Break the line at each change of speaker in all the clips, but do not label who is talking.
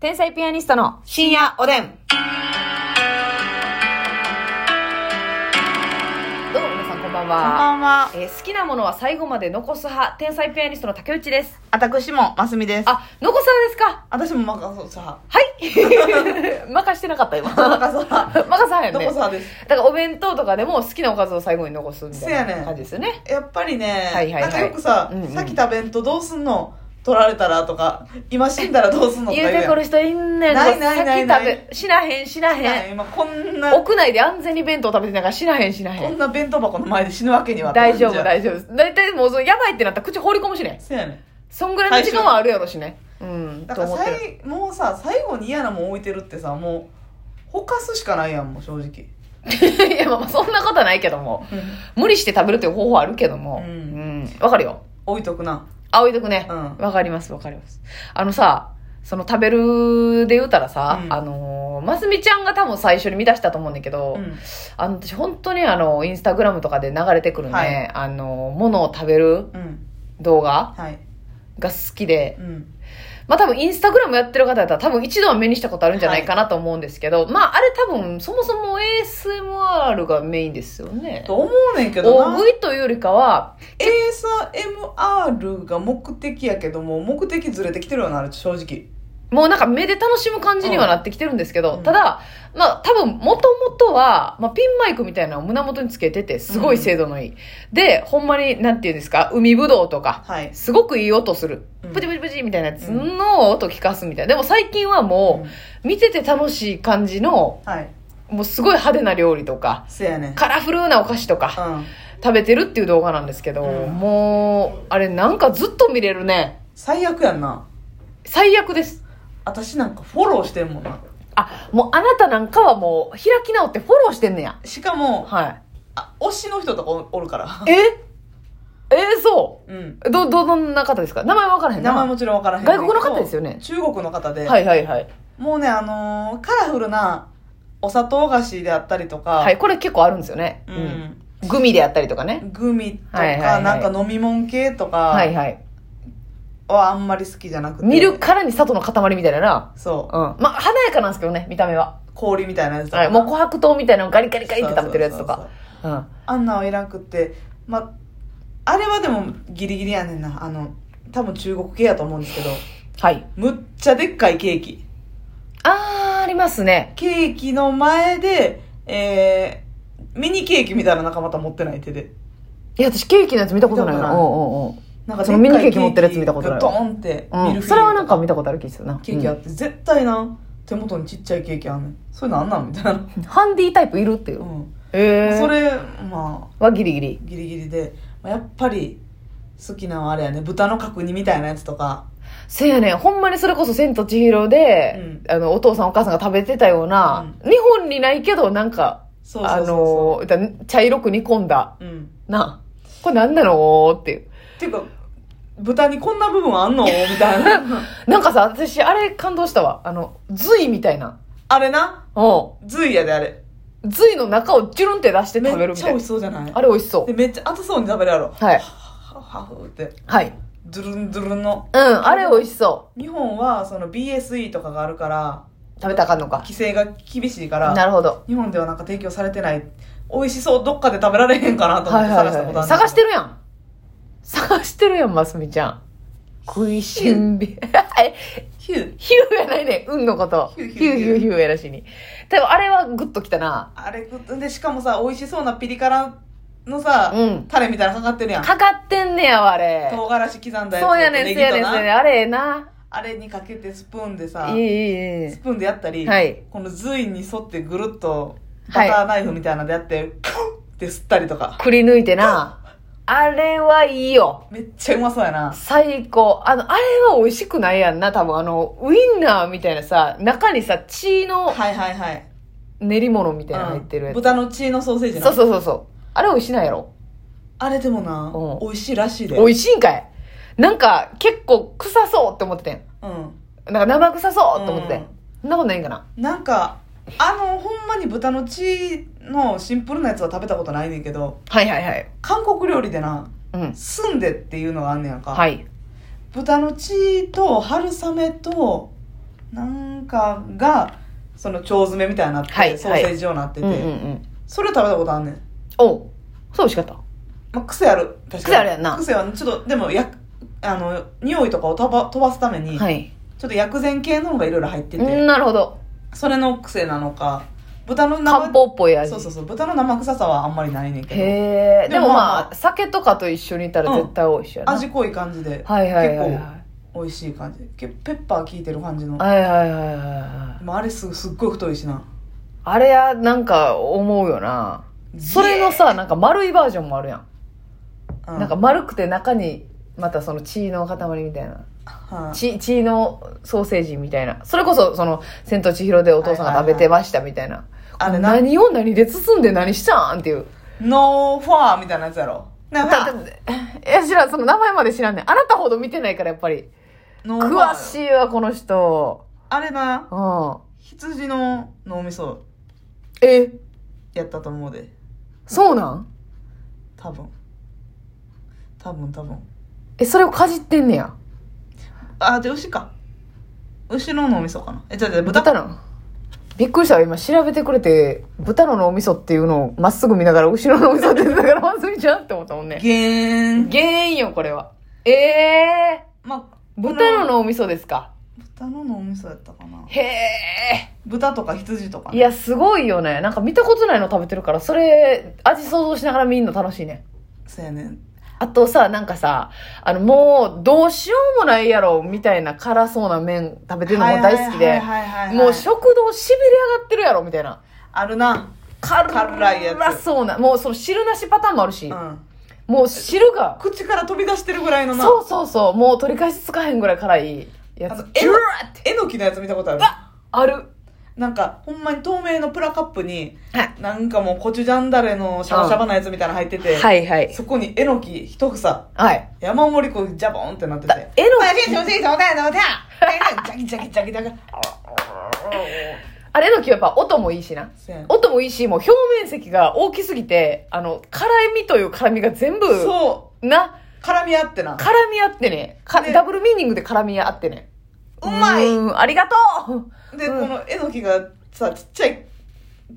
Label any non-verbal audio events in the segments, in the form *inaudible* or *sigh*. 天才ピアニストの
深夜おでん。
どうも皆さんこんばんは、
こんばんは。
えー好きなものは最後まで残す派天才ピアニストの竹内です
私も、ますみです。
あ残す派ですか
私も、まかそうさ。
*laughs* はい任してなかった今
ま
任
かそうさ。
さはよ
ど
ね
こ
だ
さです。
からお弁当とかでも好きなおかずを最後に残すみたい
せやね
なん感じですよね
やっぱりね、
はいはいはい
なんかよくさ、
うんうん
さっき食べんとどうすんの取られたらとか、今死んだらどうすんのとか
言うて
や
く
ん
る人いんねん
ないないないない
先食べしなへんしなへん
今こんな、
屋内で安全に弁当食べてながらしなへんしなへ
こ
ん
んな弁当箱の前で死ぬわけには
大丈夫
夫。
大丈夫大体もうそのやばいってなったら口放り込むしね
せやねん。
そんぐらいの時間はあるやろしねうん
だ
と
から
思ってる
最もうさ、最後に嫌なもん置いてるってさ、もう、ほかすしかないやん、もう正直。
*laughs* いやまあまあそんなことはないけども無理して食べるという方法あるけどもう
う
んんわ、かるよ
置いとくな。
あ置いとくね
う
わ
ん、
かりますわかりますあのさその食べるで言うたらさ、
うん
あのーますみちゃんが多分最初に見出したと思うんだけど、
うん。
あの私本当にあのインスタグラムとかで流れてくるね、
はい
あのものを食べる
うん。
動画
はい。
が好きで
うん。
まあ多分インスタグラムやってる方やったら多分一度は目にしたことあるんじゃないかなと思うんですけど、まああれ多分そもそも ASMR がメインですよね
と思うねんけど
大
な。
食いというよりかは
ASMR が目的やけども目的ずれてきてるよなあれ正直
もうなんか目で楽しむ感じにはなってきてるんですけど、
うん
ただまあ多分もともとは、まあ、ピンマイクみたいなのを胸元につけててすごい精度のいい、でほんまになんていうんですか海ぶどうとか
はい
すごくいい音する、
うん
プチプチプチみたいなやつの音聞かすみたいなでも最近はもう見てて楽しい感じの
はい
もうすごい派手な料理とか
せやねんうん
カラフルなお菓子とか食べてるっていう動画なんですけど、
うん
もうあれなんかずっと見れるね
最悪やんな
最悪です
私なんかフォローしてんもんな
あ、もうあなたなんかはもう開き直ってフォローしてんねや。
しかも
は
あ推しの人とかおおるから
*laughs* い。ええーそ
うん
う。ど、ど、どんな方ですか名前わからへんな。
名前もちろんわからへん
外国の方ですよね
中国の方で、
はいはいはい。
もうねあのーカラフルなお砂糖菓子であったりとか、
はい、これ結構あるんですよね。
うん
うん。グミであったりとかね。
グミとか、
はいはいはい
なんか飲み物系とか
はいはい。
はあんまり好きじゃなくて
見るからに砂糖の塊みたいなな。
そ
うん。まあ、華やかなんですけどね、見た目は。
う氷みたいなやつとか
はい。もう琥珀糖みたいなのガリガリガリって食べてるやつと
そうそうそうそう
か。うん。
あんなんはいらんくって、ま、あれはでもギリギリやねんな。あの、多分中国系やと思うんですけど、
はい。
むっちゃでっかいケーキ。
あー、ありますね。
ケーキの前で、えー、ミニケーキみたいな仲間た持ってない手で。
いや、私ケーキのやつ見たことない
見
な。
た
う
こ
ん
とない
うんうん。
なんか
そのミニケーキ持ってるやつ見たことない
ドーンってミルフィー
う
ユ
ん、それはなんか見たことある気でするな。
ケーキあって、絶対な、手元にちっちゃいケーキあんねん。それなんなんみたい
*laughs*
な。
うんハンディタイプいるっていうう。
ん。
ええー。
それ、ま
はギリギリ
あ、。ギリギリで、まあやっぱり、好きなのはあれやね、豚の角煮みたいなやつとか、
せやねん。ほんまにそれこそ千と千尋で、あの、お父さんお母さんが食べてたような、日本にないけど、なんか、
そうそうそうそう
あのだ、茶色く煮込んだ、
うん。
な、これなんなのっていう。
ていうか豚にこんな部分
*laughs*
あんのみたいな
なんかさ、私、あれ感動したわ。あの、髄みたいな。
あれな
う
髄やであれ
ん。髄の中をジュルンって出して
め
食べる
っ
み
ち
たい
ゃ
な
美味。しそうじゃない
あれ美味しそ
でめっちゃ熱そうに食べるやろ
う。はい。
ハハフって
はい。
ドゥルンドゥルンの
うん、あれ美味しそ
日本はその BSE とかがあるから
う。食べたらあかんのか。
規制が厳しいから
なるほど。
日本ではなんか提供されてない美味しそうどっかで食べられへんかなと思っ
はい
て
はい
探したことあ
は
る
い。探して
る
るやん。探してるやん、ますみちゃん。食いしんべ。 *laughs* え、
ヒュー
ヒューやないねん、運のこと。ヒ
ヒ
ュー
ュー
ヒュ
ヒュ
ー
ー
ヒ
ヒュー
ューやらしいに。多分あれはグッときたな。
あれでしかもさ美味しそうなピリ辛のさ、
うん
タレみたいなのかかってるやん
かかってんねやわ、あれ。
唐辛子刻んだやつ
そうやねん、そう
ネギ
や
と
ねん、
な
そうやねん。あれええな。
あれにかけてスプーンでさ
いい、いい、いい
ス。プーンでやったり、
はい
この髄に沿ってぐるっと
は
バ
い
ターナイフみたいなのでやって、クッって吸ったりとか
くり抜いてな。あれはいいよ。
めっちゃうまそうやな
最高。あの、あれは美味しくないやんな。多分あの、ウインナーみたいなさ、中にさ、血の
はいはいはい、
練り物みたいなの
う
入
ん
ってるやつ。
豚の血のソーセージな
そうそうそうそう。あれ美味しないやろ。
あれでもな、
う
美味しいらしいで
美味しいんかい。なんか、結構臭そうって思っててん。
うん
なんか生臭そうって思っててん
うん。
そんなことないんかな。
なんかあのほんまに豚の血のシンプルなやつは食べたことないねんけど
はいはいはい。
韓国料理でな
うん。
スンデっていうのがあんねやんか、
はい。
豚の血と春雨となんんかがその腸詰めみたいになって、
はい
ソーセージ状になってて、
うんうんうん
それ食べたことあんねん、
おうそう美味しかった
まあ、癖ある確かに
癖あるやんな
癖はちょっとでもやあの匂いとかを飛ば飛ばすために、
はい
ちょっと薬膳系の方がいろいろ入ってて、
うんなるほど
それの癖なのか豚の
漢
生
方っぽい味
そうそうそう豚の生臭さはあんまりないねんけど
へえで
でも
もまあ、
まあ
酒とかと一緒にいたら絶対美味しいやな、
味濃い感じで、
はいはいはいはい
結構美味しい感じけペッパー効いてる感じの
はいはいはいはいはい
まああれすすっごい太いしな
あれやなんか思うよなそれのさなんか丸いバージョンもあるやん、
うん
なんか丸くて中にまたその血の塊みたいな
はあ
血血のソーセージみたいなそれこそその「千と千尋」でお父さんが食べてましたみたいな、
あれな
何を何で包んで何したんっていう
ノーファーみたいなやつやろなん
だ
か
っていや知らんその名前まで知らんねんあなたほど見てないからやっぱり
ノーファー
詳しいわこの人
あれな
うん
羊の脳みそ
え
やったと思うで
そうなん
多分多分多分
えそれをかじってんねや
あで牛か牛の脳みそかなえちょっと豚
豚なんびっくりしたわ今調べてくれて豚の脳みそっていうのをまっすぐ見ながら後ろの脳みそってだからまずいじゃんって思ったもんね
ゲーン
原因よこれはええ
まあ
ー、豚の脳みそですか
豚の脳みそやったかな
へえ
豚とか羊とかね
いやすごいよねなんか見たことないの食べてるからそれ味想像しながら見るの楽しいね
そうやねん
あとさなんかさあのもうどうしようもないやろみたいな辛そうな麺食べてるのも大好き
はい
で
はいはいはいはい
もう食堂しびれ上がってるやろみたいな
あるな
辛
辛
い
い
やつ
やつ
辛そうなもうその汁なしパターンもあるし、
うん
もう汁が
口から飛び出してるぐらいのな
そうそうそうもう取り返しつかへんぐらい辛いや
あ
つ
の
ジュワーって
えのきのやつ見たことある
ある
なんかほんまに透明のプラカップに
はい
なんかもうコチュジャンダレのシャバシャバなやつみたいなの入ってて、
はいはい
そこにえのき一房
はい
山盛りこうジャボンってなってて
だえのき
おじいさんおじいさんおじいさんジャキジャキジャキジャキ
あれのきはやっぱ音もいいしな
そうやねん
音もいいし、もう表面積が大きすぎて、あの、辛みという辛みが全部、
そ
な、
う絡み合ってな
絡み合ってねか
ね
ダブルミーニングで絡み合ってね。
うまい
ーんありが
*laughs*
とう
で、
うん
このえのきがさちっちゃい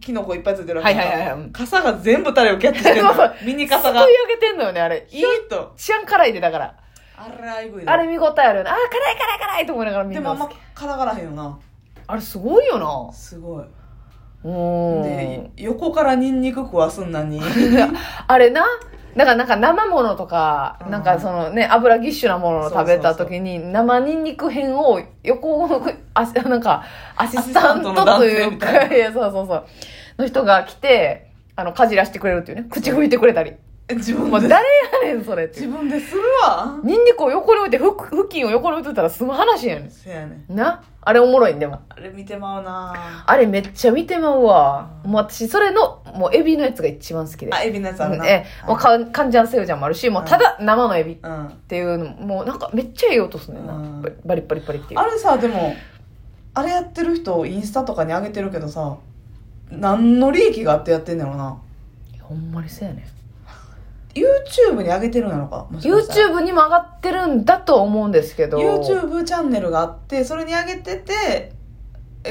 キノコいっぱいついてる
はいはいはいはいうん
傘が全部タレをキャッチしてる
そうそう
ミニ
すく
傘
い
が
上げてんのよね、あれ。い
い
い
いと
ちゃん辛いで、だから。
あらいぐいな
あれ見応えあるよね。あー、辛い辛い辛いと思いながらみ
で
ん
もあ
なん好
ま
き。
からがらへんよな
あれすごいよな。
すごいう
ーん
で。横からニンニク食わすんなに
あれな、なんかなんか生ものとか、
うん
なんかそのね、油ぎっしゅなものを食べた時に、生ニンニク片を横の、あなんか、アシスタントという
アシスタントの男性みた
か、いや、そうそうそう、の人が来て、あの、かじらしてくれるっていうね、口拭いてくれたり。
自
もう
分で
誰やねん、それって
自。分でするわ
ニンニクを横に置いて、ふ布巾を横に置いといたら済む話やね
せやねん
ん。なあれおもろいんでも。
あれ見てまうな
あれめっちゃ見てまうわ。もう私、それの、もうエビのやつが一番好きで。
あエビのやつあるな
ええ、もうかん、カンジャンセヨジャンもあるし、もうただ生のエビっ
うん
ていうのも、もうなんかめっちゃええ音すんねんな
うん。
バリバリバリっていう
あ。れさでもあれやってる人インスタとかに上げてるけどさ何の利益があってやってんねやろな
ほんまにそうやねん。
YouTube に上げてるんやろかもしかしたら
YouTube にも上がってるんだと思うんですけど。
YouTube チャンネルがあってそれに上げてて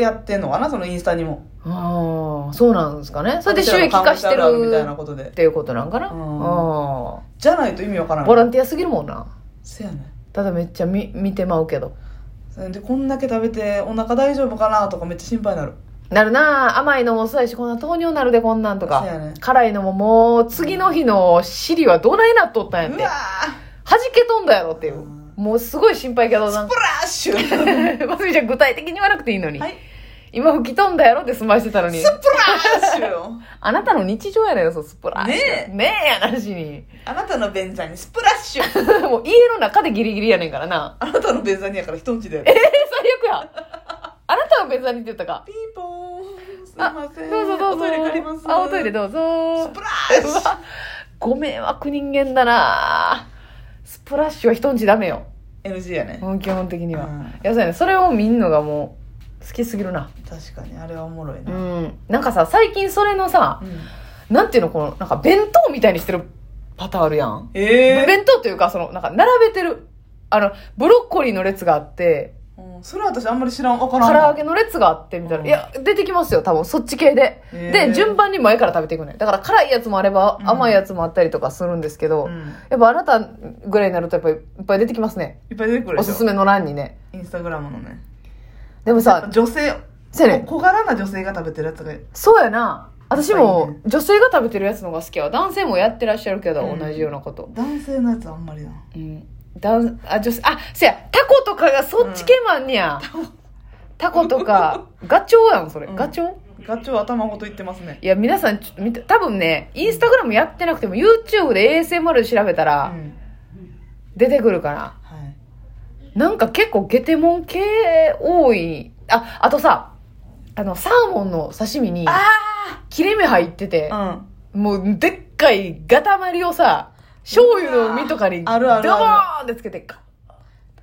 やってんのかなそのインスタにも
ああ、そうなんですかね。それで収益化してる
あるあるみたいなことで
っていうことなんかな。あ
う
あ
んじゃないと意味わから
ー。
ん
ボランティアすぎるもんな。
せやね
ただめっちゃ見見てまうけど。
でこんだけ食べてお腹大丈夫かなとかめっちゃ心配になる
なるなあ甘いのもそうやし、こんな糖尿なるでこんなんと
そうや
か
ね。
辛いのももう、次の日の尻はどないなっとったんやっ
う
て
わ。
弾け飛んだやろっていう
うん。
もうすごい心配けどな
ー
ん
スプ
か。
ラッシュ
まつみちゃん具体的に言わなくていいのに。
はい
今吹き飛んだやろって済ましてたのに
ス。プラッシュよ
あなたの日常やねん、そう、スプラッシュ。
ねえ
ねえやなしに。 *laughs*
あなたの便座にスプラッシュ
もう家の中でギリギリやねんからな。 *laughs*
あなたの便座にやから人んちで
えー、最悪や。あなたは別にって言ったか。
ピンポーンすい
あ
ません
どうぞどうぞ。
おトイレ借ります
あ、おトイレどうぞ
スプ。ラッシ
う
ュ
わご迷惑人間だなスプラッシュは人んちダメよ。
NG やね
もう基本的には。
うん
いや、そうやね。それを見んのがもう、好きすぎるな。
確かにあれはおもろいうな、
ん。なんかさ、最近それのさ、
うん
なんていうのこの、なんか弁当みたいにしてるパターンあるやん。
ええ
弁当というか、その、なんか並べてる。あの、ブロッコリーの列があって、
うんそれは私あんまり知らんわから
唐
ん
揚げの列があってみたいな、
うん
いや出てきますよ多分そっち系で、
へー
で順番に前から食べていくねだから辛いやつもあれば
うん
甘いやつもあったりとかするんですけど、
うん
やっぱあなたぐらいになるとやっぱりいっぱい出てきますね
いっぱい出てくる
お
でし
す
ょ
すめの欄にね
インスタグラムのね
でも
やっぱ
さ
*laughs* 女性
そうやね
小柄な女性が食べてるやつが
そうやな私
いっぱい
も
ね
女性が食べてるやつのが好きやわ男性もやってらっしゃるけど、
うん
同じようなこと
男性のやつあんまりな
うん男あ女性あせやタコとかがそっち系マンにや、タコとかガチョウやんそれ、
うん
ガチョウ
ガチョウ頭ごと言ってますね
いや皆さんちょっと見て多分ねインスタグラムやってなくても YouTube で ASMR で調べた
う
ら
ん
出てくるかな、
はい
なんか結構ゲテモン系多いああとさあのサーモンの刺身に切れ目入ってて
うん
もうでっかいガタマリをさ醤油の身とかに
うわーあるある
ドボ
あ
ーンってつけてガッ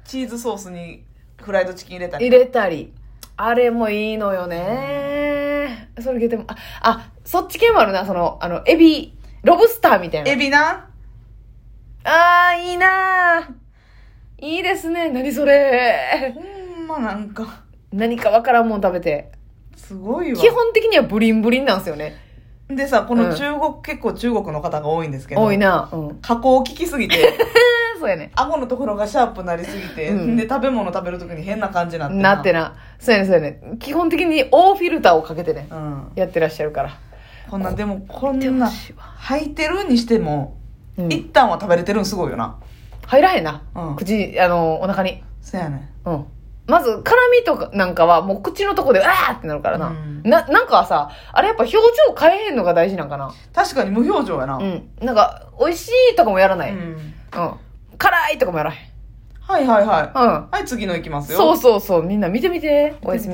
チーズソースにフライドチキン入れたり
入れたりあれもいいのよねそれゲテモンああそっち系もあるなそのあのエビロブスターみたいな
エビな
あー、いいなーいいですね。何それ。
ほんまなんか
何かわからんもん食べて。
すごいわ
基本的にはブリンブリンなんですよね。
でさこ
う
の
ん
中国、結構中国の方が多いんですけど
多いな。うん。
加工聞きすぎて
そうやね。
顎のところがシャープになりすぎて、
うん
で食べ物食べるときに変な感じになって
なってな。そうやね、そうやね。基本的にオーフィルターをかけてね、
うん
やってらっしゃるから。
こんなでもこん
で
な
もしわ
履いてるにしても、
うん
一旦は食べれてるんすごいよな
入らへんな。
うん
口、あの、お腹に。
そやね
うん。まず、辛みとかなんかは、もう口のとこで、うわーってなるからな。
うん
な、なんかさ、あれやっぱ表情変えへんのが大事なんかな。
確かに無表情やな、
うん。なんか、美味しいとかもやらない。
うん
うん。辛いとかもやらへん。
はいはいはい、
うん。
はい次のいきますよ
そうそうそう。みんな見てみて。おやすみ。